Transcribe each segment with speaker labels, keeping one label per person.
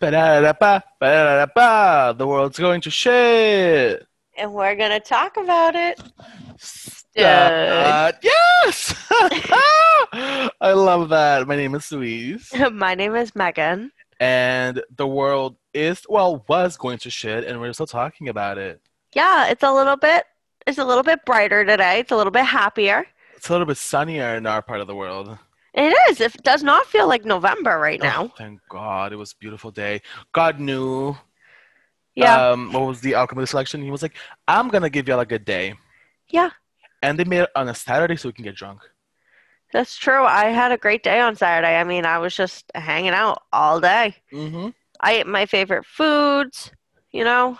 Speaker 1: Ba-da-da-ba, ba-da-da-da-ba, the world's going to shit.
Speaker 2: and we're gonna talk about it.
Speaker 1: Uh, yes! I love that. My name is Louise.
Speaker 2: Stud. My name is Megan.
Speaker 1: And the world is, well, was going to shit, and we're still talking about it.
Speaker 2: Yeah, it's a little bit. It's a little bit brighter today. It's a little bit happier.
Speaker 1: It's a little bit sunnier in our part of the world.
Speaker 2: It is. It does not feel like November right now.
Speaker 1: Oh, thank God. It was a beautiful day. God knew.
Speaker 2: Yeah,
Speaker 1: Um, what was the outcome of the selection? He was like, I'm going to give y'all a good day.
Speaker 2: yeah,
Speaker 1: And they made it on a Saturday so we can get drunk.
Speaker 2: that's true. I had a great day on Saturday. I mean, I was just hanging out all day.
Speaker 1: Mm-hmm.
Speaker 2: I ate my favorite foods. You know,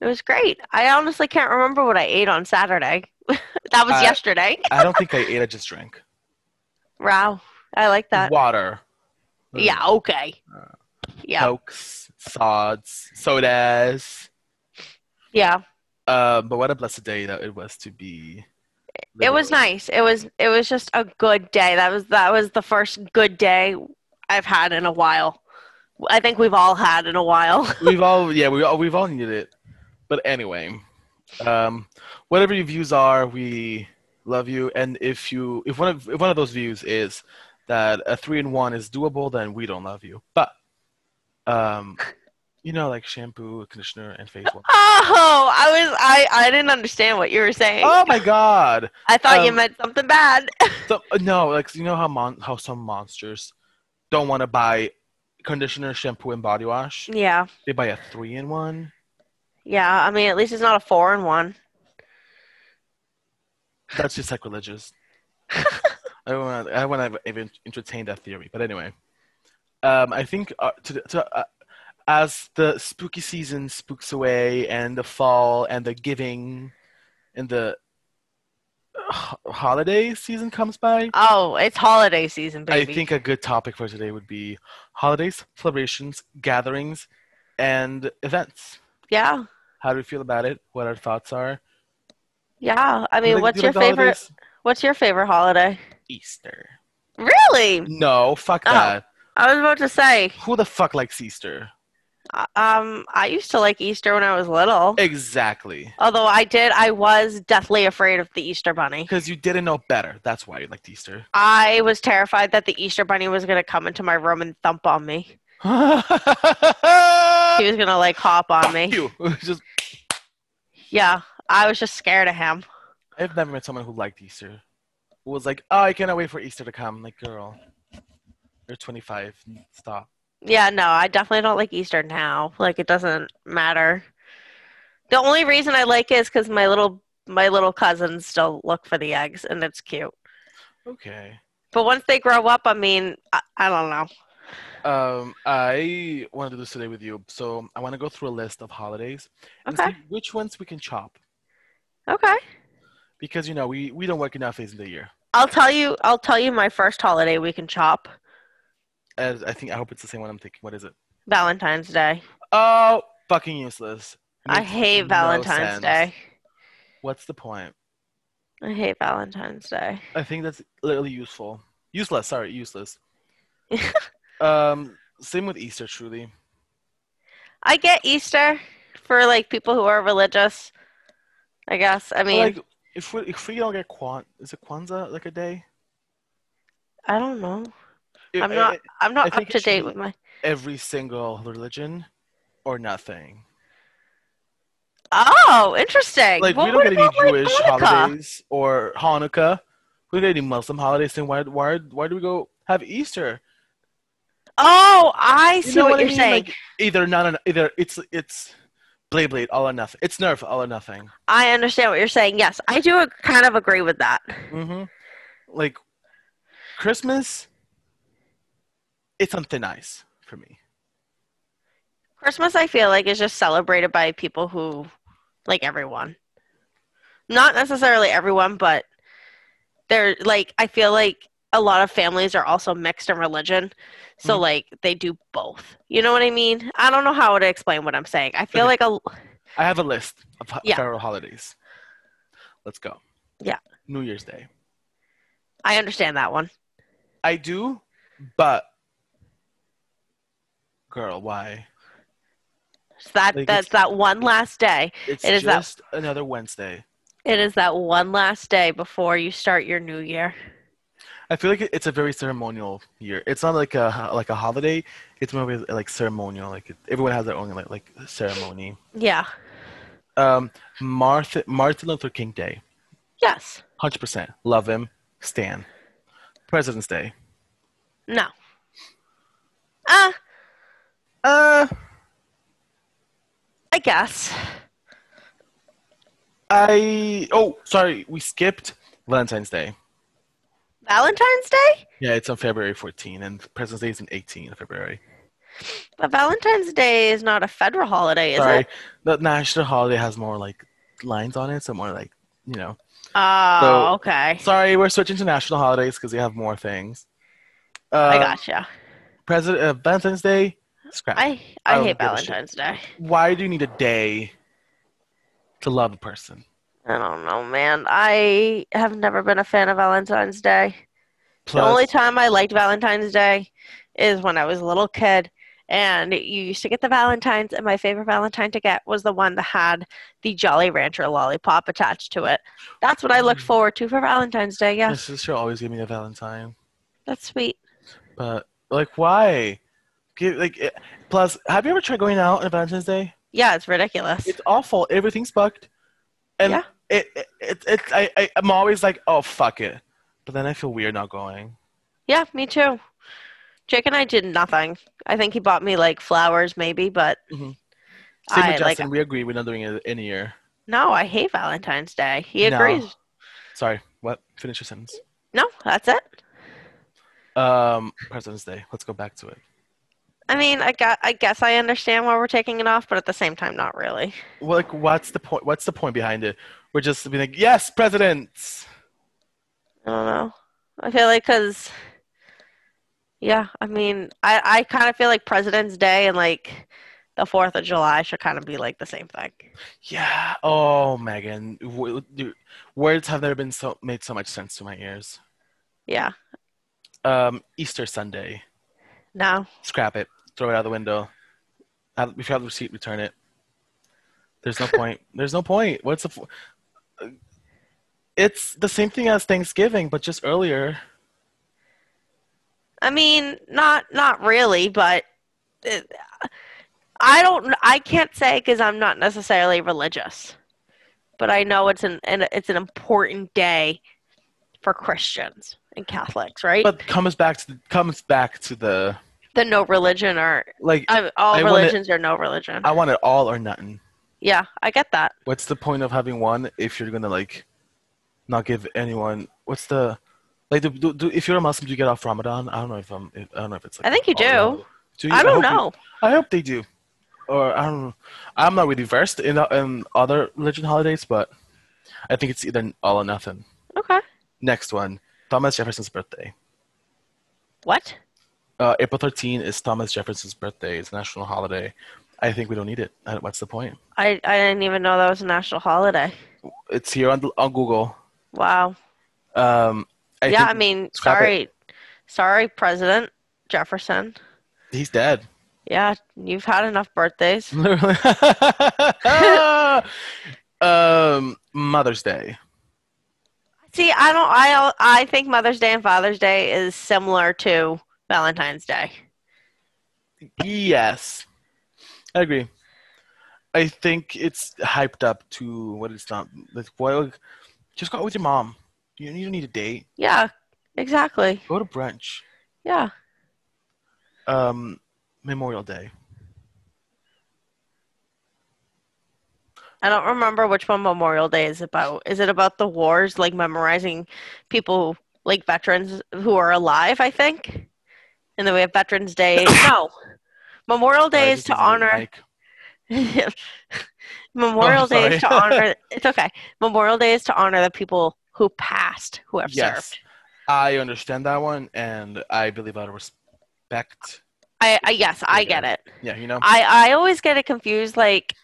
Speaker 2: it was great. I honestly can't remember what I ate on Saturday. that was
Speaker 1: Uh,
Speaker 2: yesterday.
Speaker 1: I don't think I ate. I just drank
Speaker 2: Wow, I like that.
Speaker 1: water. Mm.
Speaker 2: Yeah, okay.
Speaker 1: Uh,
Speaker 2: Yeah,
Speaker 1: Cokes, sods, sodas.
Speaker 2: yeah.
Speaker 1: Uh, but what a blessed day that it was to be.
Speaker 2: it was
Speaker 1: liberal.
Speaker 2: nice it was it was just a good day that was that was the first good day i've had in a while i think we've all had in a while
Speaker 1: We've all, yeah, we all, we've all needed it. But anyway, um, whatever your views are, we love you. And if you, if one of, if one of those views is that a three in one is doable, then we don't love you. But, um, you know, like shampoo, conditioner, and face wash.
Speaker 2: oh i was i i didn't understand what you were saying
Speaker 1: Oh my God!
Speaker 2: i thought you
Speaker 1: um,
Speaker 2: meant something bad
Speaker 1: So, uh, no, like you know how mon- how some monsters don't want to buy conditioner, shampoo, and body wash.
Speaker 2: yeah
Speaker 1: They buy a three in one.
Speaker 2: yeah i mean at least it's not a foreign one
Speaker 1: That's just sacrilegious. I don't want I want to even entertain that theory. But anyway, um, I think uh, to, to uh, as the spooky season spooks away, and the fall, and the giving, and the h- holiday season comes by.
Speaker 2: oh it's holiday season baby
Speaker 1: I think a good topic for today would be holidays, celebrations, gatherings, and events.
Speaker 2: yeah
Speaker 1: How do we feel about it? What our thoughts are?
Speaker 2: yeah i
Speaker 1: Do you like-
Speaker 2: mean what's
Speaker 1: do you
Speaker 2: your
Speaker 1: like the
Speaker 2: favorite
Speaker 1: holidays?
Speaker 2: what's your favorite holiday
Speaker 1: Easter.
Speaker 2: really
Speaker 1: No, fuck
Speaker 2: Oh.
Speaker 1: that.
Speaker 2: i was about to say
Speaker 1: Who the fuck likes Easter?
Speaker 2: uh, um i used to like easter when i was little
Speaker 1: Exactly.
Speaker 2: Although I did, I was deathly afraid of the Easter Bunny.
Speaker 1: Because you didn't know better. That's why you liked Easter.
Speaker 2: I was terrified that the Easter Bunny was going to come into my room and thump on me. He
Speaker 1: you.
Speaker 2: was going to like hop on me.
Speaker 1: Just,
Speaker 2: Yeah, I was just scared of him.
Speaker 1: I've never met someone who liked Easter. Who was like, oh, I cannot wait for Easter to come. Like, girl, you're 25. Stop.
Speaker 2: Yeah, no, I definitely don't like Easter now. Like it doesn't matter. The only reason I like it is cuz my little my little cousins still look for the eggs and it's cute.
Speaker 1: Okay.
Speaker 2: But once they grow up, I mean, I, I don't know.
Speaker 1: Um, I want to do this today with you, so I want to go through a list of holidays and
Speaker 2: Okay.
Speaker 1: see which ones we can chop
Speaker 2: Okay.
Speaker 1: because you know we we don't work enough days in the year.
Speaker 2: I'll tell you I'll tell you my first holiday we can chop.
Speaker 1: As I think, I hope it's the same one I'm thinking. What is it?
Speaker 2: Valentine's Day.
Speaker 1: Oh, fucking useless!
Speaker 2: I
Speaker 1: Makes
Speaker 2: hate
Speaker 1: no
Speaker 2: Valentine's
Speaker 1: sense.
Speaker 2: Day.
Speaker 1: What's the point?
Speaker 2: I hate Valentine's Day.
Speaker 1: I think that's literally useful, useless. Sorry, useless. um, same with Easter, truly.
Speaker 2: I get Easter for like people who are religious. I guess. I
Speaker 1: But,
Speaker 2: mean,
Speaker 1: like, if we if we don't get Kwan, is it Kwanzaa like a day?
Speaker 2: I don't know.
Speaker 1: It-
Speaker 2: I'm not.
Speaker 1: it-
Speaker 2: I'm
Speaker 1: I
Speaker 2: not up
Speaker 1: think it
Speaker 2: to
Speaker 1: should
Speaker 2: date
Speaker 1: be-
Speaker 2: with my.
Speaker 1: E-, every single religion or nothing.
Speaker 2: Oh, interesting.
Speaker 1: like
Speaker 2: well,
Speaker 1: we
Speaker 2: what
Speaker 1: don't get any
Speaker 2: about, like,
Speaker 1: Jewish
Speaker 2: Hanukkah?
Speaker 1: holidays or Hanukkah. We don't get any Muslim holidays. Then why why why do we go have Easter?
Speaker 2: Oh, I
Speaker 1: You
Speaker 2: see
Speaker 1: know
Speaker 2: what,
Speaker 1: what I
Speaker 2: you're
Speaker 1: mean?
Speaker 2: saying.
Speaker 1: Like either none, or, either it's it's blade blade all or nothing. It's nerf all or nothing.
Speaker 2: I understand what you're saying. Yes, I do ag- kind of agree with that.
Speaker 1: hmm Like Christmas, it's something nice for me.
Speaker 2: Christmas, I feel like, is just celebrated by people who, like everyone. Not necessarily everyone, but they're like, I feel like a lot of families are also mixed in religion. So,
Speaker 1: Mhm.
Speaker 2: like, they do both. You know what I mean? I don't know how to explain what I'm saying. I feel
Speaker 1: Okay.
Speaker 2: like a.
Speaker 1: I have a list of ho-
Speaker 2: Yeah.
Speaker 1: federal holidays. Let's go.
Speaker 2: Yeah.
Speaker 1: New Year's Day.
Speaker 2: I understand that one.
Speaker 1: I do, but girl, why?
Speaker 2: It's that
Speaker 1: Like,
Speaker 2: that's that one last day.
Speaker 1: It's
Speaker 2: It is that-
Speaker 1: just another Wednesday.
Speaker 2: It is that one last day before you start your new year.
Speaker 1: I feel like it- it's a very ceremonial year. It's not like a ho- like a holiday. It's more of a, like ceremonial. Like it- everyone has their own like, like ceremony.
Speaker 2: Yeah.
Speaker 1: Um, Martha Martin Luther King Day,
Speaker 2: Yes.
Speaker 1: hundred percent. Love him. Stan. President's Day.
Speaker 2: No. Uh,
Speaker 1: Uh,
Speaker 2: I guess.
Speaker 1: I oh sorry, we skipped Valentine's Day.
Speaker 2: Valentine's Day?
Speaker 1: Yeah, it's on February 14, and President's Day is on 18 of February.
Speaker 2: But Valentine's Day is not a federal holiday, is
Speaker 1: Sorry,
Speaker 2: it?
Speaker 1: the national holiday has more like lines on it, so more like you know.
Speaker 2: Oh,
Speaker 1: So-
Speaker 2: okay.
Speaker 1: Sorry, we're switching to national holidays because they have more things. Uh,
Speaker 2: I gotcha.
Speaker 1: President uh, Valentine's Day. Scrap.
Speaker 2: I,
Speaker 1: I
Speaker 2: I,
Speaker 1: don't give
Speaker 2: hate
Speaker 1: a shit.
Speaker 2: Valentine's Day.
Speaker 1: Why do you need a day to love a person?
Speaker 2: I don't know, man. I have never been a fan of Valentine's Day.
Speaker 1: Plus,
Speaker 2: The only time I liked Valentine's Day is when I was a little kid, and you used to get the Valentines, and my favorite Valentine to get was the one that had the Jolly Rancher lollipop attached to it. That's what I looked
Speaker 1: Mm.
Speaker 2: forward to for Valentine's Day. Yeah,
Speaker 1: my sister always gave me a Valentine,
Speaker 2: that's sweet.
Speaker 1: but like, why? Give, like, eh, plus, have you ever tried going out on a Valentine's Day?
Speaker 2: Yeah, it's ridiculous.
Speaker 1: It's awful. Everything's fucked. And
Speaker 2: Yeah.
Speaker 1: it, it, it, it I, I, I'm always like, oh fuck it. But then I feel weird not going.
Speaker 2: Yeah, me too. Jake and I did nothing. I think he bought me like flowers, maybe, but
Speaker 1: Mhm. Same
Speaker 2: I
Speaker 1: with
Speaker 2: like
Speaker 1: Justin. we agree. We're not doing it in a year.
Speaker 2: no. I hate Valentine's Day. He
Speaker 1: No.
Speaker 2: agrees.
Speaker 1: Sorry. What? Finish your sentence.
Speaker 2: No, that's it.
Speaker 1: Um, President's Day. Let's go back to it.
Speaker 2: I mean, I got. I guess I understand why we're taking it off, but at the same time, not really.
Speaker 1: Well, like, what's the point? What's the point behind it? We're just being like, yes, presidents.
Speaker 2: I don't know. I feel like because, yeah, I mean, I, I kind of feel like President's Day and like the 4th of July should kind of be like the same thing.
Speaker 1: Yeah. Oh, Megan, w- w- words have never been so made so much sense to my ears.
Speaker 2: Yeah.
Speaker 1: Um, Easter Sunday.
Speaker 2: No.
Speaker 1: Scrap it. Throw it out the window. Have- If you have the receipt, return it. There's no point. There's no point. What's the? F- it's the same thing as Thanksgiving, but just earlier.
Speaker 2: I mean, not not really, but it, I don't. I can't say because I'm not necessarily religious, but I know it's an, an it's an important day for Christians and Catholics, right?
Speaker 1: But comes back to the, comes back to the
Speaker 2: the no religion or
Speaker 1: like.
Speaker 2: I, all
Speaker 1: I wanna-
Speaker 2: religions are no religion.
Speaker 1: I want it all or nothing.
Speaker 2: yeah, I get that.
Speaker 1: What's the point of having one if you're gonna like not give anyone? What's the like? Do, do, do, if you're a Muslim, do you get off Ramadan? I don't know if I'm. I don't know if it's. Like
Speaker 2: I think you
Speaker 1: all-
Speaker 2: do.
Speaker 1: Do you?
Speaker 2: I don't
Speaker 1: hope you-
Speaker 2: know.
Speaker 1: I hope they do. Or I don't. I'm not really versed in in other religion holidays, but I think it's either all or nothing.
Speaker 2: Okay.
Speaker 1: Next one, Thomas Jefferson's birthday.
Speaker 2: What?
Speaker 1: Uh, April 13 is Thomas Jefferson's birthday. It's a national holiday. I think we don't need it. I- What's the point?
Speaker 2: I, I didn't even know that was a national holiday.
Speaker 1: It's here on the- on Google.
Speaker 2: Wow.
Speaker 1: Um, I
Speaker 2: yeah,
Speaker 1: think
Speaker 2: I mean,
Speaker 1: scrap it.
Speaker 2: sorry. Sorry, President Jefferson.
Speaker 1: he's dead.
Speaker 2: Yeah, you've had enough birthdays.
Speaker 1: Literally. um, Mother's Day.
Speaker 2: See, I don't I I think Mother's Day and Father's Day is similar to Valentine's Day.
Speaker 1: Yes, I agree. I think it's hyped up to what it's not. Like, why? Just go out with your mom. You don't you don't need a date.
Speaker 2: Yeah, exactly.
Speaker 1: Go to brunch.
Speaker 2: Yeah.
Speaker 1: Um, Memorial Day.
Speaker 2: I don't remember which one Memorial Day is about. Is it about the wars, like memorizing people, like veterans who are alive, I think? And then we have Veterans Day. No.
Speaker 1: Sorry,
Speaker 2: Memorial Day
Speaker 1: I
Speaker 2: is
Speaker 1: just
Speaker 2: to
Speaker 1: used the
Speaker 2: honor.
Speaker 1: mic.
Speaker 2: Memorial
Speaker 1: Oh,
Speaker 2: Day is to
Speaker 1: sorry.
Speaker 2: honor. It's okay. Memorial Day is to honor the people who passed, who have
Speaker 1: Yes,
Speaker 2: served.
Speaker 1: I understand that one, and I believe out of respect.
Speaker 2: I, I yes, I
Speaker 1: Okay.
Speaker 2: get it.
Speaker 1: Yeah, you know.
Speaker 2: I, I always get it confused. Like,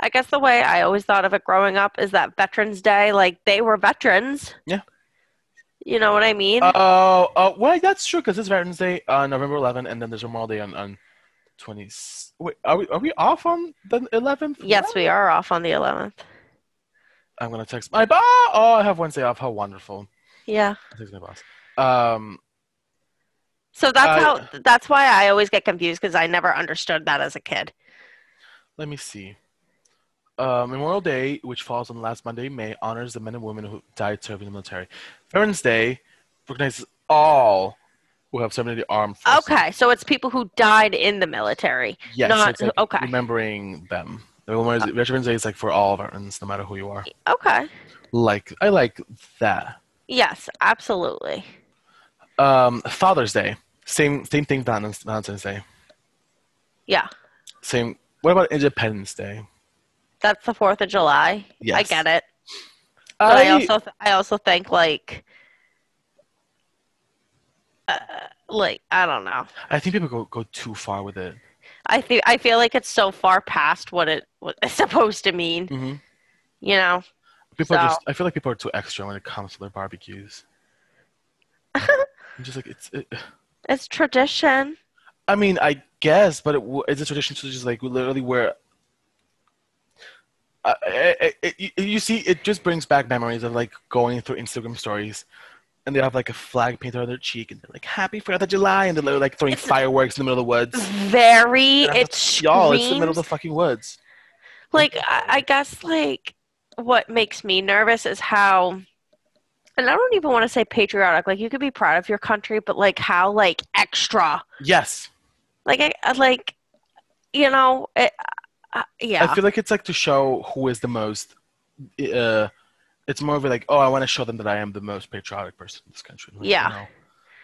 Speaker 2: I guess the way I always thought of it growing up is that Veterans Day, like, they were veterans.
Speaker 1: Yeah. Uh,
Speaker 2: You know what I mean?
Speaker 1: Oh, oh, well, that's true because it's Veterans Day on November 11, and then there's Memorial Day on, on Twenty. Wait, are we are we off on the eleventh?
Speaker 2: Yes, we are off on the 11th.
Speaker 1: I'm gonna text my boss. Oh, I have Wednesday off. How wonderful!
Speaker 2: Yeah.
Speaker 1: I text my boss. Um,
Speaker 2: So that's
Speaker 1: Uh,
Speaker 2: how that's why I always get confused because I never understood that as a kid.
Speaker 1: let me see. Uh, Memorial Day, which falls on the last Monday in May, honors the men and women who died serving in the military. Veterans Day recognizes all who have served in the armed forces.
Speaker 2: Okay, so it's people who died in the military.
Speaker 1: Yes.
Speaker 2: Not-
Speaker 1: it's like
Speaker 2: okay. Uh,
Speaker 1: Remembering them. The Memorial- Veterans Day is like for all veterans, no matter who you are.
Speaker 2: Okay.
Speaker 1: Like I like that.
Speaker 2: Yes, absolutely.
Speaker 1: Um, Father's Day, same same thing. Valentine's Valentine's Day,
Speaker 2: Yeah.
Speaker 1: same. What about Independence Day?
Speaker 2: That's the 4th of July. I
Speaker 1: Yes.
Speaker 2: get it. But I, also th- I also think like uh, like I don't know.
Speaker 1: I think people go, go too far with it.
Speaker 2: I think I feel like it's so far past what it what it's supposed to mean,
Speaker 1: hmm
Speaker 2: you know.
Speaker 1: People are
Speaker 2: Mm-hmm. So-
Speaker 1: just, I feel like people are too extra when it comes to their barbecues. I'm just like it's. It,
Speaker 2: It's tradition.
Speaker 1: I mean, I guess, but it, w- it's a tradition to just like literally wear. I I- I- you- you see, it just brings back memories of like going through Instagram stories, and they have like a flag painted on their cheek, and they're like "Happy Fourth of July," and they're like throwing
Speaker 2: It's-
Speaker 1: fireworks in the middle of the woods.
Speaker 2: Very
Speaker 1: Yeah,
Speaker 2: it
Speaker 1: Y'all, it's the middle of
Speaker 2: screams
Speaker 1: the fucking woods.
Speaker 2: like I, I guess like what makes me nervous is how and I don't even want to say patriotic. Like you could be proud of your country, but like how like extra.
Speaker 1: Yes,
Speaker 2: Like I- I like you know, it, uh, yeah.
Speaker 1: I feel like it's like to show who is the most. Uh, it's more of a like, oh, I want to show them that I am the most patriotic person in this country. Like,
Speaker 2: Yeah.
Speaker 1: no,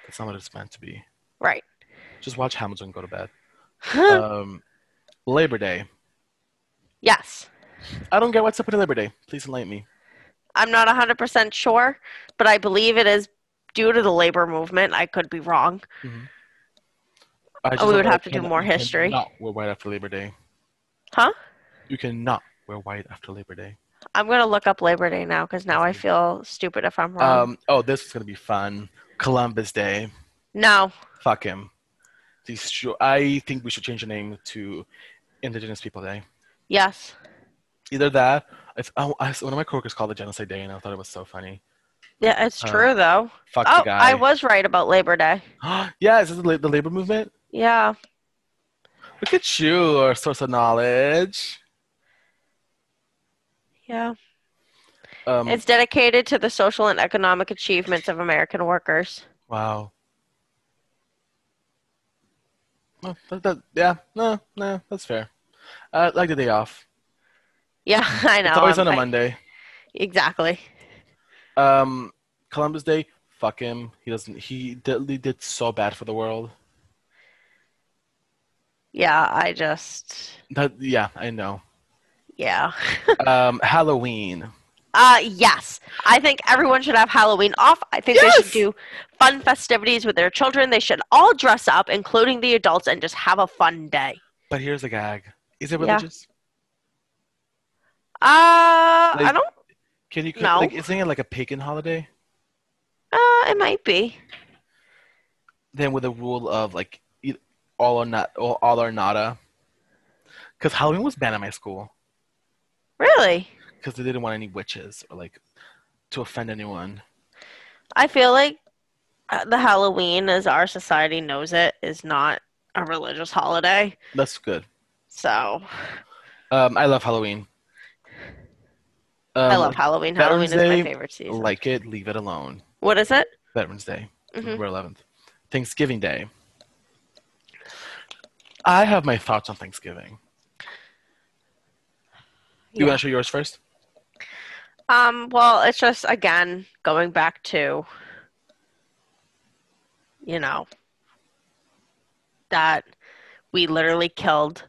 Speaker 1: that's not what it's meant to be.
Speaker 2: right.
Speaker 1: Just watch Hamilton go to bed. um, Labor Day.
Speaker 2: yes.
Speaker 1: I don't get what's up with Labor Day. Please enlighten me.
Speaker 2: I'm not 100% sure, but I believe it is due to the labor movement. I could be wrong.
Speaker 1: I just
Speaker 2: Oh, we would
Speaker 1: don't
Speaker 2: have to do
Speaker 1: understand that
Speaker 2: more
Speaker 1: you
Speaker 2: history.
Speaker 1: cannot wear white after Labor Day.
Speaker 2: Huh?
Speaker 1: You cannot wear white after Labor Day.
Speaker 2: I'm going to look up Labor Day now because now I feel stupid if I'm wrong.
Speaker 1: Mm-hmm. Um, oh, this is gonna be fun. Columbus Day.
Speaker 2: no.
Speaker 1: Fuck him. These sh- I think we should change the name to Indigenous People Day.
Speaker 2: Yes.
Speaker 1: Either that. If, oh, I, one of my coworkers called it Genocide Day, and I thought it was so funny.
Speaker 2: Yeah, it's
Speaker 1: Uh,
Speaker 2: true, though.
Speaker 1: Fuck
Speaker 2: Oh,
Speaker 1: the guy.
Speaker 2: I was right about Labor Day.
Speaker 1: yeah, is this the, la- the labor movement?
Speaker 2: Yeah.
Speaker 1: Look at you, our source of knowledge.
Speaker 2: Yeah.
Speaker 1: Um,
Speaker 2: it's dedicated to the social and economic achievements of American workers.
Speaker 1: Wow. Well, that, that, yeah, no, no, that's fair. I like the day off.
Speaker 2: Yeah, I know.
Speaker 1: it's always
Speaker 2: I'm-
Speaker 1: on a
Speaker 2: I-
Speaker 1: Monday.
Speaker 2: Exactly.
Speaker 1: Um, Columbus Day, fuck him. He doesn't. He did, he did so bad for the world.
Speaker 2: Yeah, I just.
Speaker 1: That yeah, I know.
Speaker 2: Yeah.
Speaker 1: Um, Halloween.
Speaker 2: Uh, yes. I think everyone should have Halloween off. I think they
Speaker 1: Yes!
Speaker 2: should do fun festivities with their children. They should all dress up, including the adults, and just have a fun day.
Speaker 1: But here's a gag. Is it
Speaker 2: Yeah.
Speaker 1: religious?
Speaker 2: Uh, I
Speaker 1: Like-
Speaker 2: don't.
Speaker 1: Can you
Speaker 2: No.
Speaker 1: like isn't it like a pagan holiday?
Speaker 2: Uh, it might be.
Speaker 1: Then with a rule of like e- all or not, all, all or nada. Because Halloween was banned at my school.
Speaker 2: Really,
Speaker 1: because they didn't want any witches or like to offend anyone.
Speaker 2: I feel like uh, the Halloween, as our society knows it, is not a religious holiday.
Speaker 1: That's good.
Speaker 2: So
Speaker 1: Um, I love Halloween. Um,
Speaker 2: I love Halloween. Halloween
Speaker 1: Veterans
Speaker 2: is
Speaker 1: Day,
Speaker 2: my favorite season.
Speaker 1: Like it, leave it alone.
Speaker 2: what is it?
Speaker 1: Veterans Day,
Speaker 2: hmm
Speaker 1: November 11th. Thanksgiving Day. I have my thoughts on Thanksgiving. You
Speaker 2: Yeah.
Speaker 1: want to show yours first?
Speaker 2: Um, well, it's just again going back to, you know, that we literally killed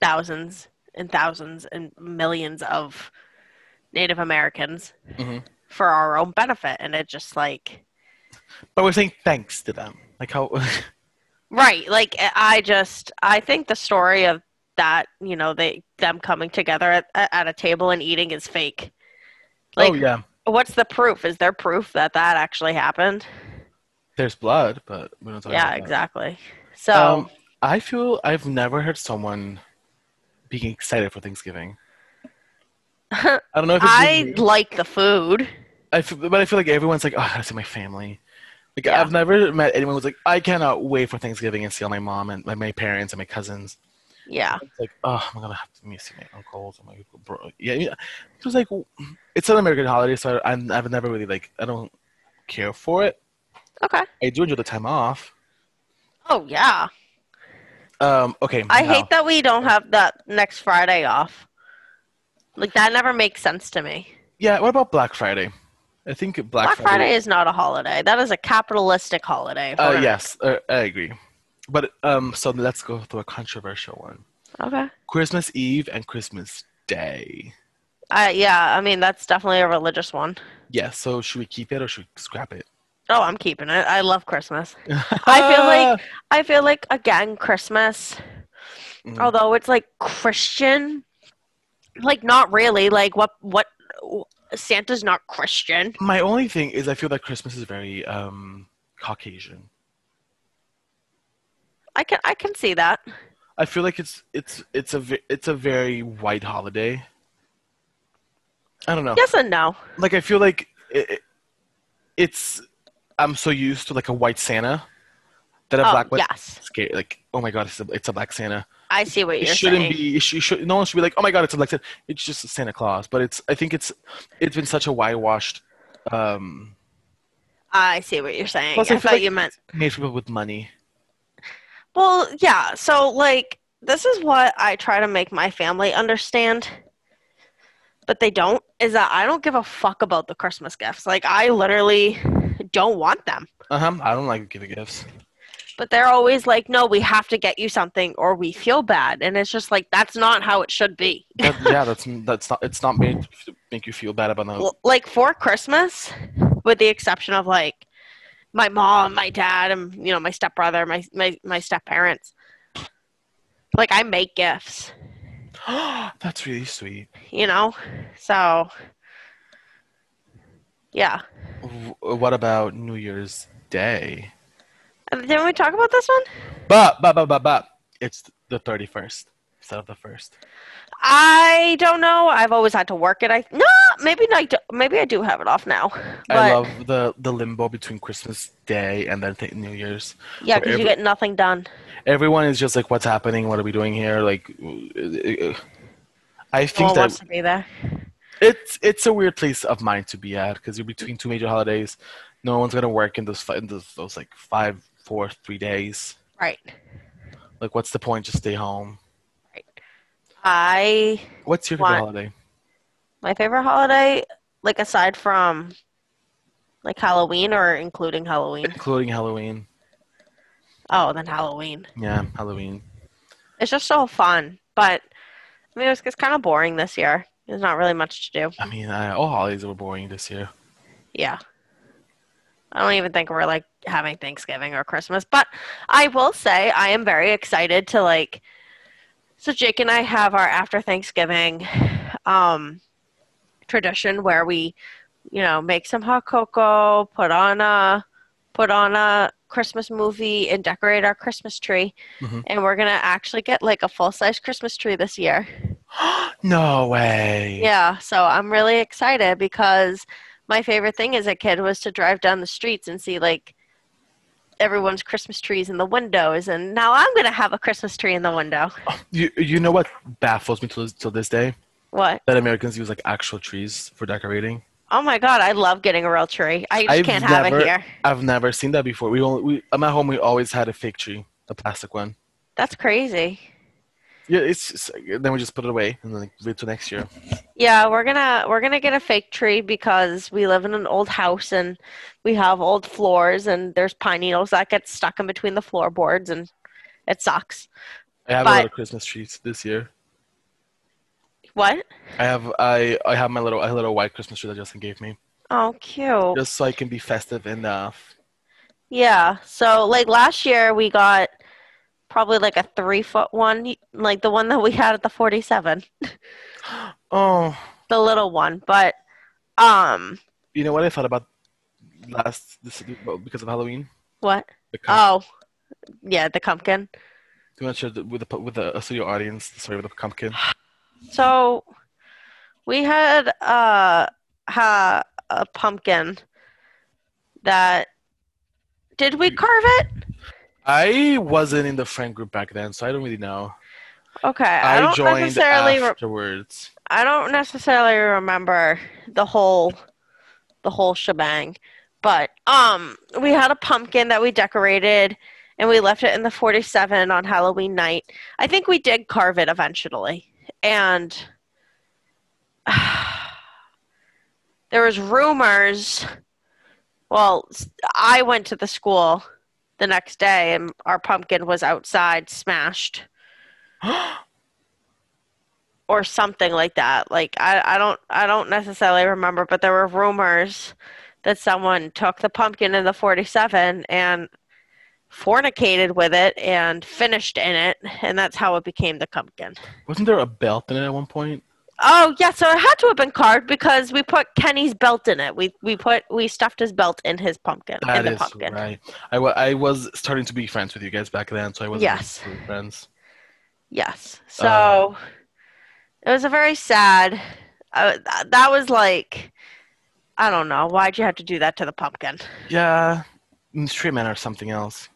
Speaker 2: thousands and thousands and millions of Native Americans
Speaker 1: Mhm.
Speaker 2: for our own benefit, and it just like
Speaker 1: But we're saying thanks to them. Like how? oh,
Speaker 2: right, like I just I think the story of that you know they them coming together at at a table and eating is fake. Like,
Speaker 1: oh yeah,
Speaker 2: what's the proof? Is there proof that that actually happened?
Speaker 1: there's blood, but we don't talk
Speaker 2: yeah
Speaker 1: about that.
Speaker 2: exactly so
Speaker 1: Um, I feel I've never heard someone being excited for Thanksgiving. I don't know if it's
Speaker 2: I
Speaker 1: just me.
Speaker 2: like the food.
Speaker 1: I feel, but I feel like everyone's like, oh, I gotta see my family. Like
Speaker 2: Yeah.
Speaker 1: I've never met anyone who's like, I cannot wait for Thanksgiving and see all my mom and like, my parents and my cousins.
Speaker 2: Yeah.
Speaker 1: It's like, oh, I'm gonna have to meet- see my uncles and my bro. Yeah, yeah. It was like, it's an American holiday, so I, I'm, I've never really like, I don't care for it.
Speaker 2: Okay.
Speaker 1: I do enjoy the time off.
Speaker 2: Oh yeah.
Speaker 1: Um, okay.
Speaker 2: I
Speaker 1: now-
Speaker 2: hate that we don't have that next Friday off. Like that never makes sense to me.
Speaker 1: Yeah. What about Black Friday? I think Black,
Speaker 2: Black Friday, is not a holiday. That is a capitalistic holiday. if we're
Speaker 1: Uh,
Speaker 2: gonna-
Speaker 1: yes, uh, I agree. But um, so let's go through a controversial one:
Speaker 2: Okay.
Speaker 1: Christmas Eve and Christmas Day.
Speaker 2: Uh, yeah. I mean, that's definitely a religious one.
Speaker 1: Yeah. So should we keep it or should we scrap it?
Speaker 2: Oh, I'm keeping it. I love Christmas. I feel like I feel like again Christmas,
Speaker 1: Mm.
Speaker 2: although it's like Christian, like not really. Like what what Santa's not Christian.
Speaker 1: Mm. my only thing is I feel that Christmas is very um, Caucasian.
Speaker 2: I can I can see that.
Speaker 1: I feel like it's it's it's a ve- it's a very white holiday. I don't know.
Speaker 2: Yes and no.
Speaker 1: Like I feel like it, it- it's I'm so used to like a white Santa that a
Speaker 2: Oh,
Speaker 1: black one
Speaker 2: yes.
Speaker 1: scared. Like oh my god, it's a, it's a black Santa.
Speaker 2: I see what
Speaker 1: it
Speaker 2: you're
Speaker 1: shouldn't
Speaker 2: saying.
Speaker 1: be. It should, should, no one should be like, oh my god, it's a black Santa. It's just Santa Claus. But it's. I think it's. It's been such a whitewashed. Um,
Speaker 2: I see what you're saying.
Speaker 1: Plus, I
Speaker 2: I,
Speaker 1: feel
Speaker 2: thought
Speaker 1: like-
Speaker 2: you meant.
Speaker 1: made for people with money.
Speaker 2: Well, yeah. So, like, this is what I try to make my family understand, but they don't, is that I don't give a fuck about the Christmas gifts. Like, I literally don't want them.
Speaker 1: Uh huh. I don't like giving gifts.
Speaker 2: But they're always like, no, we have to get you something or we feel bad. And it's just like, that's not how it should be.
Speaker 1: That, yeah, that's that's not. It's not made to make you feel bad about no.
Speaker 2: L- Like, for Christmas, with the exception of like my mom, my dad, and, you know, my stepbrother, my, my, my step parents, like, I make gifts.
Speaker 1: that's really sweet.
Speaker 2: you know so yeah
Speaker 1: W- What about New Year's Day?
Speaker 2: Uh, didn't we talk about this one
Speaker 1: But but but but but it's the thirty first instead of the first.
Speaker 2: i don't know i've always had to work it i no maybe not maybe i do have it off now but
Speaker 1: I love the the limbo between Christmas Day and then th- New Year's.
Speaker 2: yeah because
Speaker 1: every-
Speaker 2: you get nothing done
Speaker 1: everyone is just like, "What's happening? What are we doing here?" Like, uh, uh, I
Speaker 2: no
Speaker 1: think
Speaker 2: one
Speaker 1: that
Speaker 2: wants to be there
Speaker 1: it's it's a weird place of mind to be at because you're between two major holidays. No one's gonna work in those fi- in those, those like five, four, three days.
Speaker 2: right
Speaker 1: Like, what's the point? Just stay home.
Speaker 2: i
Speaker 1: What's your favorite
Speaker 2: Why-
Speaker 1: holiday?
Speaker 2: my favorite holiday like aside from like halloween or including halloween
Speaker 1: Including Halloween.
Speaker 2: oh then halloween
Speaker 1: Yeah, Halloween.
Speaker 2: it's just so fun but i mean it's, it's kind of boring this year there's not really much to do
Speaker 1: I mean, I, all holidays were boring this year.
Speaker 2: Yeah. I don't even think we're like having Thanksgiving or Christmas, but I will say I am very excited to like so Jake and I have our after Thanksgiving um tradition where we you know make some hot cocoa, put on a put on a Christmas movie and decorate our Christmas tree.
Speaker 1: Mhm.
Speaker 2: And we're going to actually get like a full-size Christmas tree this year.
Speaker 1: no way.
Speaker 2: Yeah, so I'm really excited because my favorite thing as a kid was to drive down the streets and see like everyone's Christmas trees in the windows, and now I'm gonna have a Christmas tree in the window.
Speaker 1: You you know what baffles me till this- till this day
Speaker 2: What?
Speaker 1: that Americans use like actual trees for decorating.
Speaker 2: Oh my god, I love getting a real tree. I just
Speaker 1: I've
Speaker 2: can't have
Speaker 1: never-
Speaker 2: it here.
Speaker 1: I've never seen that before. We only we, um, at home we always had a fake tree, a plastic one.
Speaker 2: That's crazy.
Speaker 1: Yeah, it's just, then we just put it away and then like, wait till next year.
Speaker 2: Yeah, we're gonna we're gonna get a fake tree because we live in an old house and we have old floors and there's pine needles that get stuck in between the floorboards and it sucks.
Speaker 1: I have a
Speaker 2: But-
Speaker 1: lot of Christmas trees this year.
Speaker 2: What?
Speaker 1: I have I I have my little a little white Christmas tree that Justin gave me
Speaker 2: Oh, cute.
Speaker 1: just so I can be festive enough.
Speaker 2: Yeah. So like last year we got probably like a three foot one, like the one that we had at the 47,
Speaker 1: Oh,
Speaker 2: the little one. But um,
Speaker 1: you know what I thought about last this well, because of Halloween.
Speaker 2: what?
Speaker 1: The com-
Speaker 2: Oh, yeah, the pumpkin.
Speaker 1: Do you want to share the, with the with the uh, so your audience the story of the pumpkin?
Speaker 2: So we had uh, ha, a pumpkin that did we carve it?
Speaker 1: I wasn't in the friend group back then, so I don't really know.
Speaker 2: Okay, I, don't
Speaker 1: joined
Speaker 2: necessarily re-
Speaker 1: afterwards.
Speaker 2: I don't necessarily remember the whole the whole shebang, but um we had a pumpkin that we decorated and we left it in the 47 on Halloween night. I think we did carve it eventually. And there was rumors well, s- I went to the school the next day and our pumpkin was outside smashed or something like that. Like I, I don't I don't necessarily remember, but there were rumors that someone took the pumpkin in the forty seven and fornicated with it and finished in it and that's how it became the pumpkin.
Speaker 1: wasn't there a belt in it at one point?
Speaker 2: Oh yeah, so it had to have been carved because we put Kenny's belt in it. We we put we stuffed his belt in his pumpkin. in
Speaker 1: That
Speaker 2: the
Speaker 1: is
Speaker 2: pumpkin.
Speaker 1: right. I, wa- I was starting to be friends with you guys back then, so I wasn't
Speaker 2: Yes.
Speaker 1: really friends.
Speaker 2: Yes.
Speaker 1: Uh.
Speaker 2: So it was a very sad. Uh, th- that was like, I don't know. Why'd you have to do that to the pumpkin?
Speaker 1: Yeah, straight men or something else.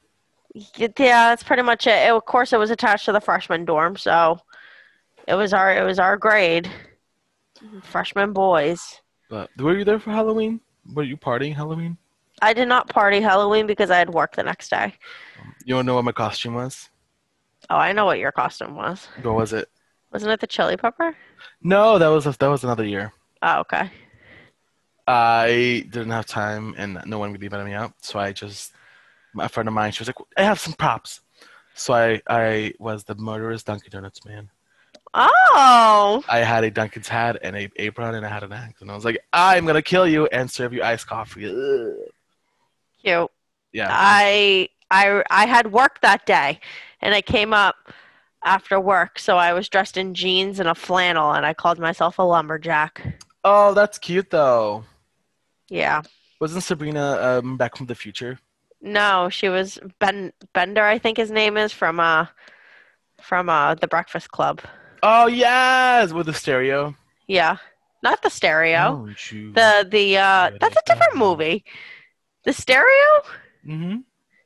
Speaker 2: Yeah, that's pretty much it. it. Of course, it was attached to the freshman dorm, so it was our it was our grade, freshman boys.
Speaker 1: But were you there for Halloween? Were you partying Halloween?
Speaker 2: I did not party Halloween because I had work the next day.
Speaker 1: You don't know what my costume was?
Speaker 2: Oh, I know what your costume was.
Speaker 1: What was it?
Speaker 2: Wasn't it the chili pepper?
Speaker 1: No, that was that was another year.
Speaker 2: Oh, okay.
Speaker 1: I didn't have time, and no one really invited me out, so I just my friend of mine. She was like, "I have some props," so I I was the murderous Dunkin' Donuts man.
Speaker 2: Oh,
Speaker 1: I had a Dunkin's hat and a apron, and I had an axe, and I was like, "I'm gonna kill you and serve you iced coffee." Ugh.
Speaker 2: cute.
Speaker 1: Yeah,
Speaker 2: I I I had work that day, and I came up after work, so I was dressed in jeans and a flannel, and I called myself a lumberjack.
Speaker 1: Oh, that's cute though.
Speaker 2: Yeah.
Speaker 1: Wasn't Sabrina um, back from the future?
Speaker 2: No, she was Ben Bender, I think his name is from uh from uh the Breakfast Club.
Speaker 1: Oh yes, with the stereo.
Speaker 2: Yeah, not the stereo.
Speaker 1: Don't you-
Speaker 2: The the uh
Speaker 1: Yeah,
Speaker 2: that's a different
Speaker 1: don't.
Speaker 2: movie. The stereo?
Speaker 1: Mhm.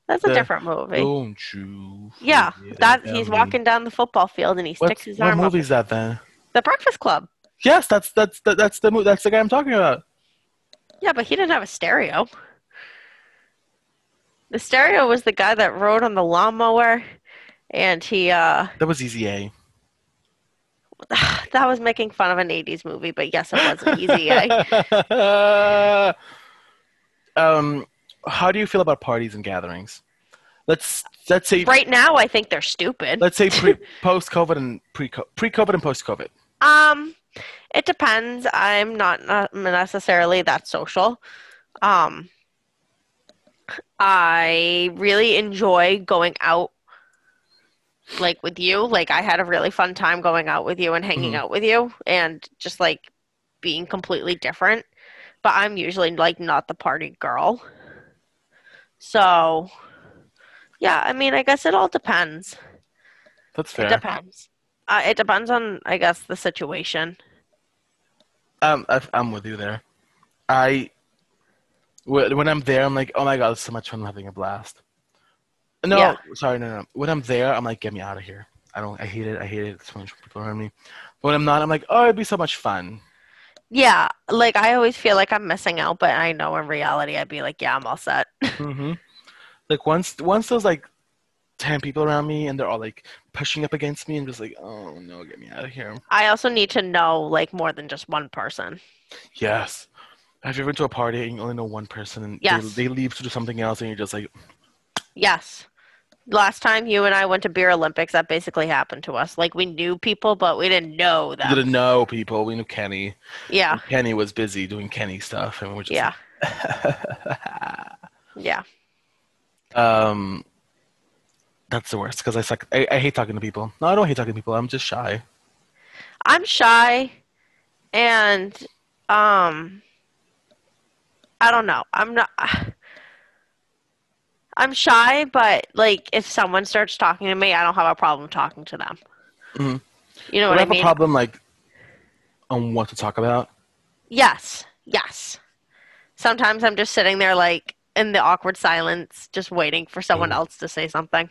Speaker 2: That's a
Speaker 1: The-
Speaker 2: different movie.
Speaker 1: Don't you?
Speaker 2: Yeah,
Speaker 1: forget
Speaker 2: that
Speaker 1: about
Speaker 2: he's
Speaker 1: me.
Speaker 2: walking down the football field and he
Speaker 1: um, What,
Speaker 2: sticks his
Speaker 1: what
Speaker 2: arm up.
Speaker 1: movie is that then?
Speaker 2: The Breakfast Club.
Speaker 1: Yes, that's that's that, that's the mo- that's the guy I'm talking about.
Speaker 2: Yeah, but he didn't have a stereo. The stereo was the guy that rode on the lawnmower, and he uh
Speaker 1: That was Easy A.
Speaker 2: that was making fun of an '80s movie. But yes, it was easy. eh?
Speaker 1: um, how do you feel about parties and gatherings? Let's let's say
Speaker 2: Right now, I think they're stupid.
Speaker 1: let's say pre post COVID and pre pre COVID and post COVID.
Speaker 2: Um, it depends. I'm not not necessarily that social. Um, I really enjoy going out like with you. Like I had a really fun time going out with you and hanging
Speaker 1: Mhm.
Speaker 2: out with you and just like being completely different. But I'm usually like not the party girl. So, yeah, I mean, I guess it all depends.
Speaker 1: That's
Speaker 2: It
Speaker 1: fair.
Speaker 2: depends. Uh, it depends on, I guess, the situation.
Speaker 1: Um, I, I'm with you there. I wh- when I'm there, I'm like, oh my god, it's so much fun I'm having a blast. No,
Speaker 2: Yeah.
Speaker 1: sorry, no, no. When I'm there, I'm like, get me out of here. I don't. I hate it. I hate it. So much people around me. But when I'm not, I'm like, oh, it'd be so much fun.
Speaker 2: Yeah, like I always feel like I'm missing out, but I know in reality I'd be like, yeah, I'm all set.
Speaker 1: hmm
Speaker 2: Mm-hmm.
Speaker 1: Like once once there's like ten people around me and they're all like pushing up against me, I'm just like, oh no, get me out of here.
Speaker 2: I also need to know like more than just one person.
Speaker 1: Yes. Have you ever been to a party and you only know one person and
Speaker 2: Yes.
Speaker 1: they, they leave to do something else and you're just like,
Speaker 2: Yes. Last time you and I went to Beer Olympics, that basically happened to us. Like we knew people, but we didn't know
Speaker 1: we
Speaker 2: them.
Speaker 1: didn't know people. We knew Kenny.
Speaker 2: Yeah,
Speaker 1: Kenny was busy doing Kenny stuff and we're just
Speaker 2: yeah,
Speaker 1: like,
Speaker 2: yeah.
Speaker 1: um, that's the worst because I suck. I, I hate talking to people. No, I don't hate talking to people. I'm just shy.
Speaker 2: I'm shy and um I don't know. I'm not I'm shy, but like if someone starts talking to me, I don't have a problem talking to them.
Speaker 1: Mhm.
Speaker 2: You know
Speaker 1: I
Speaker 2: what I
Speaker 1: have a
Speaker 2: mean?
Speaker 1: problem like on what to talk about.
Speaker 2: Yes, yes. Sometimes I'm just sitting there like in the awkward silence, just waiting for someone
Speaker 1: Mm.
Speaker 2: else to say something.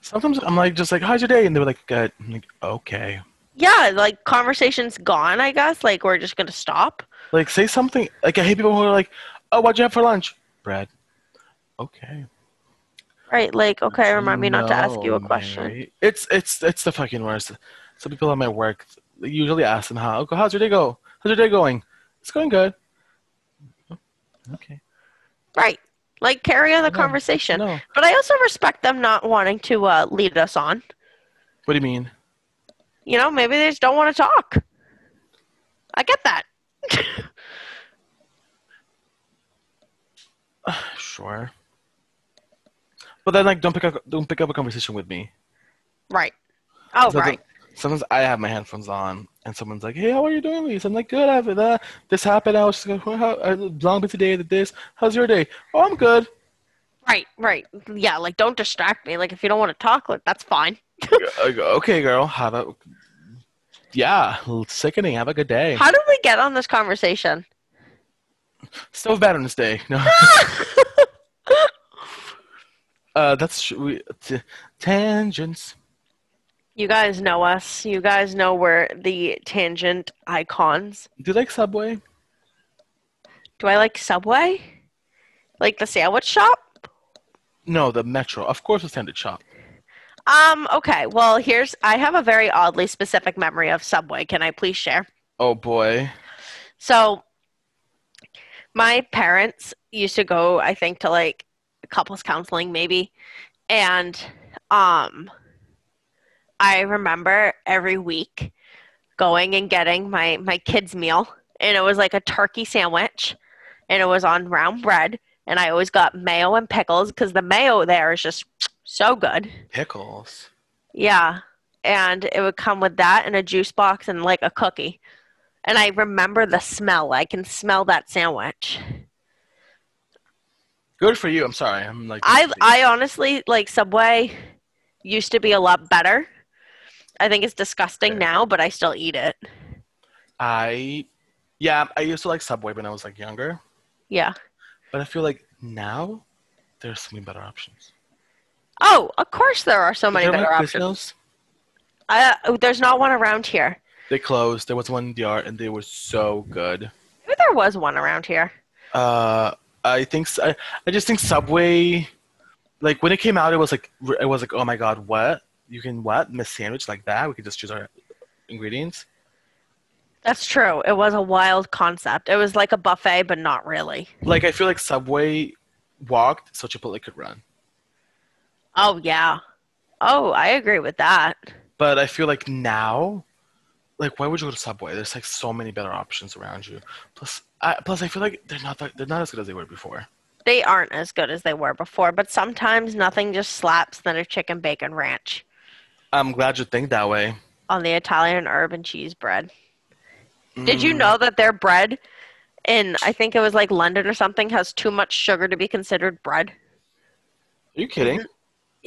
Speaker 1: Sometimes I'm like just like how's your day, and they're like, uh, I'm like okay,
Speaker 2: Yeah, like conversation's gone, I guess. Like we're just gonna stop.
Speaker 1: like say something. Like I hate people who are like, oh, what'd you have for lunch, bread? Okay.
Speaker 2: Right, like okay, remind me not to ask you a
Speaker 1: No,
Speaker 2: question.
Speaker 1: Mary. It's it's it's the fucking worst. Some people at my work they usually ask them how how's your day go? How's your day going? It's going good. Okay.
Speaker 2: Right. Like carry on the
Speaker 1: No,
Speaker 2: conversation.
Speaker 1: No.
Speaker 2: But I also respect them not wanting to uh, lead us on.
Speaker 1: What do you mean?
Speaker 2: You know, maybe they just don't want to talk. I get that.
Speaker 1: Sure. But then like don't pick up don't pick up a conversation with me.
Speaker 2: Right. Oh,
Speaker 1: So the-
Speaker 2: right.
Speaker 1: Sometimes I have my headphones on and someone's like, "Hey, how are you doing?" Lisa? I'm like, "Good. I have uh, this happened. I was just like, well, how, I long been today. I did this. How's your day? Oh, I'm good.
Speaker 2: Right, right. Yeah, like don't distract me. Like if you don't want to talk, like that's fine.
Speaker 1: I go, okay, girl. Have a yeah, sickening. Have a good day.
Speaker 2: How did we get on this conversation?
Speaker 1: Still Veterans Day. No. uh, that's we, t- tangents.
Speaker 2: You guys know us. You guys know we're the tangent icons.
Speaker 1: Do you like Subway?
Speaker 2: Do I like Subway? Like the sandwich shop?
Speaker 1: No, the Metro. Of course, it's Tangent Shop.
Speaker 2: Um, okay. Well, here's I have a very oddly specific memory of Subway. Can I please share?
Speaker 1: Oh boy.
Speaker 2: So my parents used to go, I think, to like couples counseling maybe. And um I remember every week going and getting my my kids meal and it was like a turkey sandwich and it was on round bread and I always got mayo and pickles cuz the mayo there is just so good.
Speaker 1: Pickles.
Speaker 2: Yeah. And it would come with that and a juice box and like a cookie. And I remember the smell. I can smell that sandwich.
Speaker 1: Good for you. I'm sorry. I'm like.
Speaker 2: I I honestly like Subway used to be a lot better. I think it's disgusting
Speaker 1: Okay.
Speaker 2: now, but I still eat it.
Speaker 1: I- yeah. I used to like Subway when I was like younger,
Speaker 2: Yeah.
Speaker 1: but I feel like now there's so many better options.
Speaker 2: Oh, of course there are so many
Speaker 1: Remember
Speaker 2: better options.
Speaker 1: Quiznos?
Speaker 2: I, oh, there's not one around here.
Speaker 1: They closed. There was one in DR, and they were so good.
Speaker 2: Maybe there was one around here.
Speaker 1: Uh, I think s- I, I just think Subway, like when it came out, it was like r- it was like oh my god, what you can what miss sandwich like that? We could just choose our ingredients.
Speaker 2: That's true. It was a wild concept. It was like a buffet, but not really.
Speaker 1: Like I feel like Subway walked so Chipotle could run,
Speaker 2: Oh yeah. Oh, I agree with that.
Speaker 1: but I feel like now, like why would you go to Subway? There's like so many better options around you. Plus, I, plus I feel like they're not that, they're not as good as they were before.
Speaker 2: they aren't as good as they were before, but sometimes nothing just slaps than a chicken bacon ranch
Speaker 1: I'm glad you think that way.
Speaker 2: on the Italian herb and cheese bread. Did you
Speaker 1: Mm.
Speaker 2: know that their bread in I think it was like London or something has too much sugar to be considered bread?
Speaker 1: Are you kidding?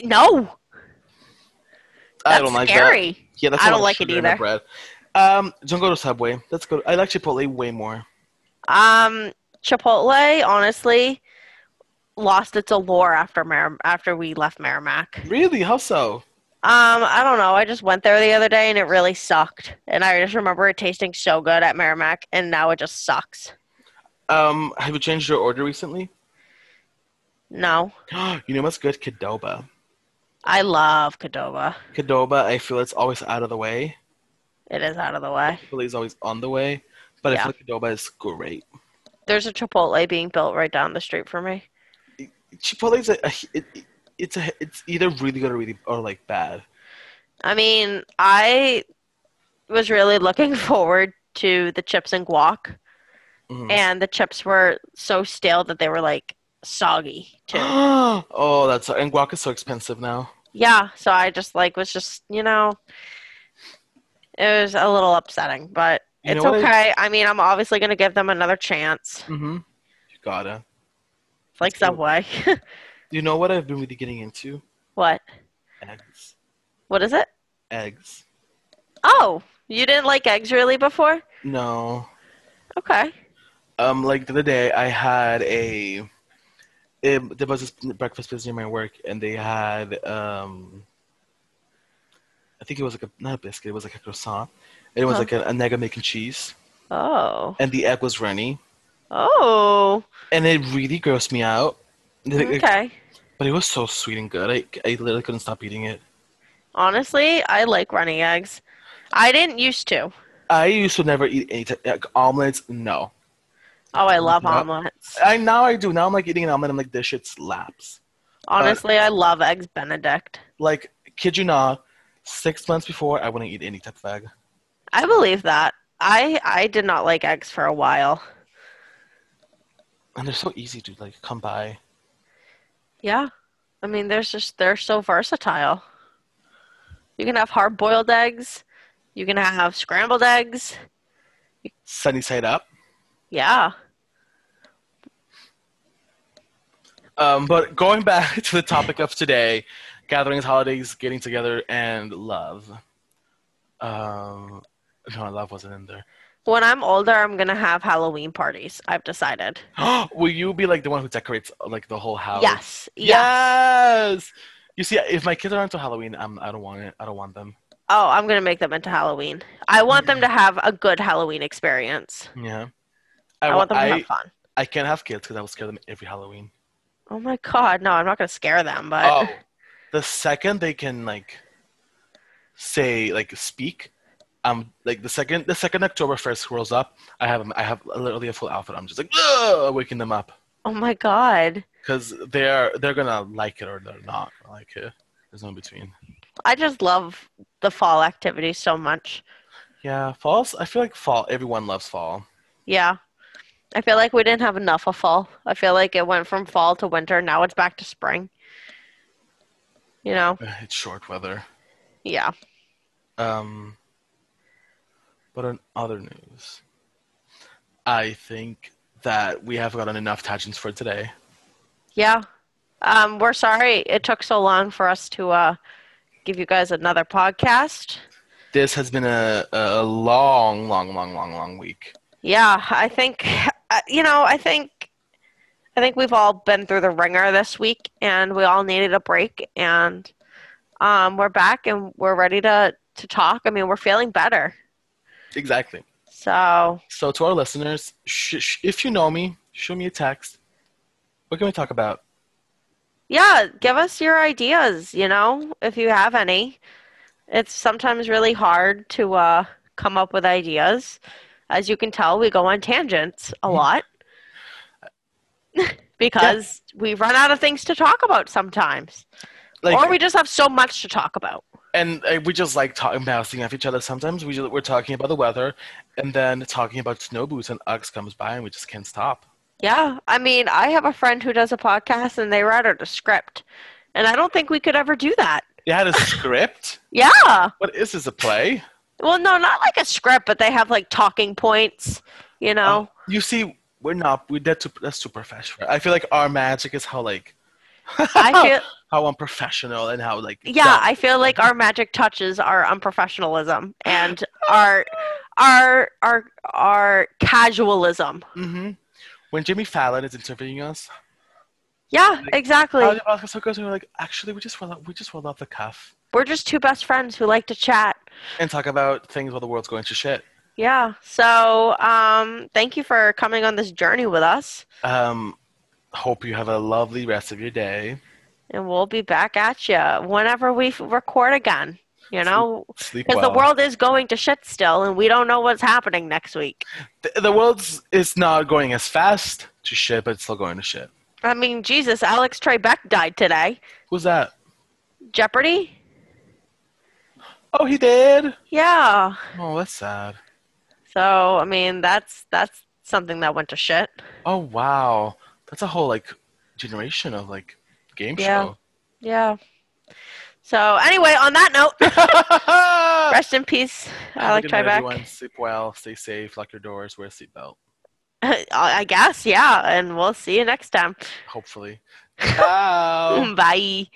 Speaker 2: No. That's
Speaker 1: I don't like that.
Speaker 2: scary.
Speaker 1: Yeah, that's
Speaker 2: I
Speaker 1: how
Speaker 2: don't
Speaker 1: much
Speaker 2: like it
Speaker 1: sugar in the
Speaker 2: either.
Speaker 1: Bread. Um, don't go to Subway. Let's go. I like Chipotle way more.
Speaker 2: Um Chipotle honestly lost its allure after Mer- after we left Merrimack.
Speaker 1: Really? How so?
Speaker 2: Um, I don't know. I just went there the other day and it really sucked. And I just remember it tasting so good at Merrimack and now it just sucks.
Speaker 1: Um, have you changed your order recently?
Speaker 2: No.
Speaker 1: you know what's good? Kidoba.
Speaker 2: I love Cadova.
Speaker 1: Kidoba. I feel it's always out of the way.
Speaker 2: It is out of the way.
Speaker 1: Chipotle is always on the way, but
Speaker 2: Yeah.
Speaker 1: I feel like Kidoba is great.
Speaker 2: There's a Chipotle being built right down the street for me.
Speaker 1: Chipotle is a, a it, it- it's a it's either really good or really or like bad.
Speaker 2: I mean, I was really looking forward to the chips and guac,
Speaker 1: Mhm.
Speaker 2: and the chips were so stale that they were like soggy too.
Speaker 1: oh, that's and guac is so expensive now.
Speaker 2: yeah, so I just like was just, you know, it was a little upsetting, but
Speaker 1: You
Speaker 2: it's
Speaker 1: know what I-
Speaker 2: okay. I mean, I'm obviously going to give them another chance.
Speaker 1: Mm-hmm. You gotta.
Speaker 2: Like
Speaker 1: Cool.
Speaker 2: Subway.
Speaker 1: you know what I've been really getting into?
Speaker 2: What?
Speaker 1: Eggs.
Speaker 2: What is it?
Speaker 1: Eggs.
Speaker 2: Oh, you didn't like eggs really before?
Speaker 1: No.
Speaker 2: Okay.
Speaker 1: Um, like the other day, I had a. It, there was this breakfast place near my work, and they had um. I think it was like a not a biscuit. It was like a croissant. And it was
Speaker 2: Huh.
Speaker 1: like a, an egg and mac and cheese,
Speaker 2: Oh.
Speaker 1: and the egg was runny,
Speaker 2: Oh.
Speaker 1: and it really grossed me out.
Speaker 2: Okay.
Speaker 1: But it was so sweet and good. I I literally couldn't stop eating it.
Speaker 2: Honestly, I like running eggs. I didn't used to.
Speaker 1: I used to never eat any t- like omelets. No,
Speaker 2: Oh, I love
Speaker 1: No.
Speaker 2: omelets.
Speaker 1: I now I do. Now I'm like eating an omelet. I'm like this shit slaps.
Speaker 2: Honestly, I love eggs Benedict.
Speaker 1: Like kid you not, six months before I wouldn't eat any type of egg.
Speaker 2: I believe that. I I did not like eggs for a while.
Speaker 1: and they're so easy to like come by.
Speaker 2: Yeah. I mean, there's just they're so versatile. You can have hard-boiled eggs. You can have scrambled eggs.
Speaker 1: Sunny side up.
Speaker 2: Yeah.
Speaker 1: Um, but going back to the topic of today, gatherings, holidays, getting together, and love. Um, no, love wasn't in there.
Speaker 2: When I'm older, I'm gonna have Halloween parties. I've decided.
Speaker 1: Will you be like the one who decorates like the whole house?
Speaker 2: Yes. Yeah.
Speaker 1: Yes. You see, if my kids are into Halloween, I'm, I don't want it. I don't want them.
Speaker 2: Oh, I'm gonna make them into Halloween. I want them to have a good Halloween experience.
Speaker 1: Yeah.
Speaker 2: I,
Speaker 1: I,
Speaker 2: want them to
Speaker 1: I,
Speaker 2: have fun.
Speaker 1: I can't have kids because I will scare them every Halloween.
Speaker 2: Oh my god, no, I'm not gonna scare them, but
Speaker 1: Oh, the second they can like say like speak, um, like the second the second October first rolls up, I have 'em- I have literally a full outfit. I'm just like "Ugh," waking them up
Speaker 2: oh my god.
Speaker 1: because they're they're gonna like it or they're not gonna like it. There's no in between.
Speaker 2: I just love the fall activity so much.
Speaker 1: Yeah, falls. I feel like fall. Everyone loves fall.
Speaker 2: Yeah. I feel like we didn't have enough of fall. I feel like it went from fall to winter. Now it's back to spring. You know?
Speaker 1: Ugh, It's short weather.
Speaker 2: Yeah.
Speaker 1: Um, but on other news, I think that we have gotten enough tangents for today.
Speaker 2: Yeah. Um, we're sorry it took so long for us to uh, give you guys another podcast.
Speaker 1: this has been a, a long, long, long, long, long week.
Speaker 2: Yeah, I think uh, you know, I think I think we've all been through the ringer this week and we all needed a break and um, we're back and we're ready to to talk. I mean, we're feeling better.
Speaker 1: Exactly.
Speaker 2: So,
Speaker 1: So, to our listeners, sh- sh- if you know me, shoot me a text. What can we talk about?
Speaker 2: yeah, give us your ideas, you know, if you have any. It's sometimes really hard to uh, come up with ideas. As you can tell, we go on tangents a lot because we run out of things to talk about sometimes.
Speaker 1: Like,
Speaker 2: or we just have so much to talk about.
Speaker 1: and uh, we just like talking, bouncing off each other. Sometimes we just, we're talking about the weather, and then talking about snow boots, and Uggs comes by, and we just can't stop.
Speaker 2: Yeah. I mean, I have a friend who does a podcast and they write out a script. And I don't think we could ever do that.
Speaker 1: They had a script.
Speaker 2: Yeah.
Speaker 1: What is this a play?
Speaker 2: Well, no, not like a script, but they have like talking points, you know?
Speaker 1: You see, we're not. We that too. That's too professional. I feel like our magic is how like
Speaker 2: I feel
Speaker 1: how unprofessional and how like
Speaker 2: Oh. yeah, I feel like our magic touches our unprofessionalism and our our our our casualism.
Speaker 1: Mm-hmm. When Jimmy Fallon is interviewing us,
Speaker 2: Yeah,
Speaker 1: how
Speaker 2: exactly.
Speaker 1: the podcast goes, and we're like, actually, we just roll out, we just roll off the cuff
Speaker 2: We're just two best friends who like to chat.
Speaker 1: and talk about things while the world's going to shit.
Speaker 2: Yeah. So, um, thank you for coming on this journey with us,
Speaker 1: Um, hope you have a lovely rest of your day.
Speaker 2: and we'll be back at you whenever we f- record again. You know,
Speaker 1: Sleep
Speaker 2: because
Speaker 1: well.
Speaker 2: the world is going to shit still, and we don't know what's happening next week.
Speaker 1: the, the world's is not going as fast to shit, but it's still going to shit.
Speaker 2: I mean, Jesus, Alex Trebek died today.
Speaker 1: Who's that?
Speaker 2: Jeopardy.
Speaker 1: Oh, he did.
Speaker 2: Yeah.
Speaker 1: Oh, that's sad.
Speaker 2: So, I mean, that's that's something that went to shit.
Speaker 1: Oh, wow. That's a whole like generation of like game
Speaker 2: Yeah. Yeah. So, anyway, on that note,
Speaker 1: show.
Speaker 2: rest in peace,
Speaker 1: Have a
Speaker 2: Alex
Speaker 1: good night,
Speaker 2: Trebek.
Speaker 1: everyone. Sleep well. Stay safe. Lock your doors. Wear a seatbelt.
Speaker 2: I I guess, yeah, and we'll see you next time.
Speaker 1: Hopefully.
Speaker 3: Ciao.
Speaker 2: Oh.
Speaker 1: Oh. Bye.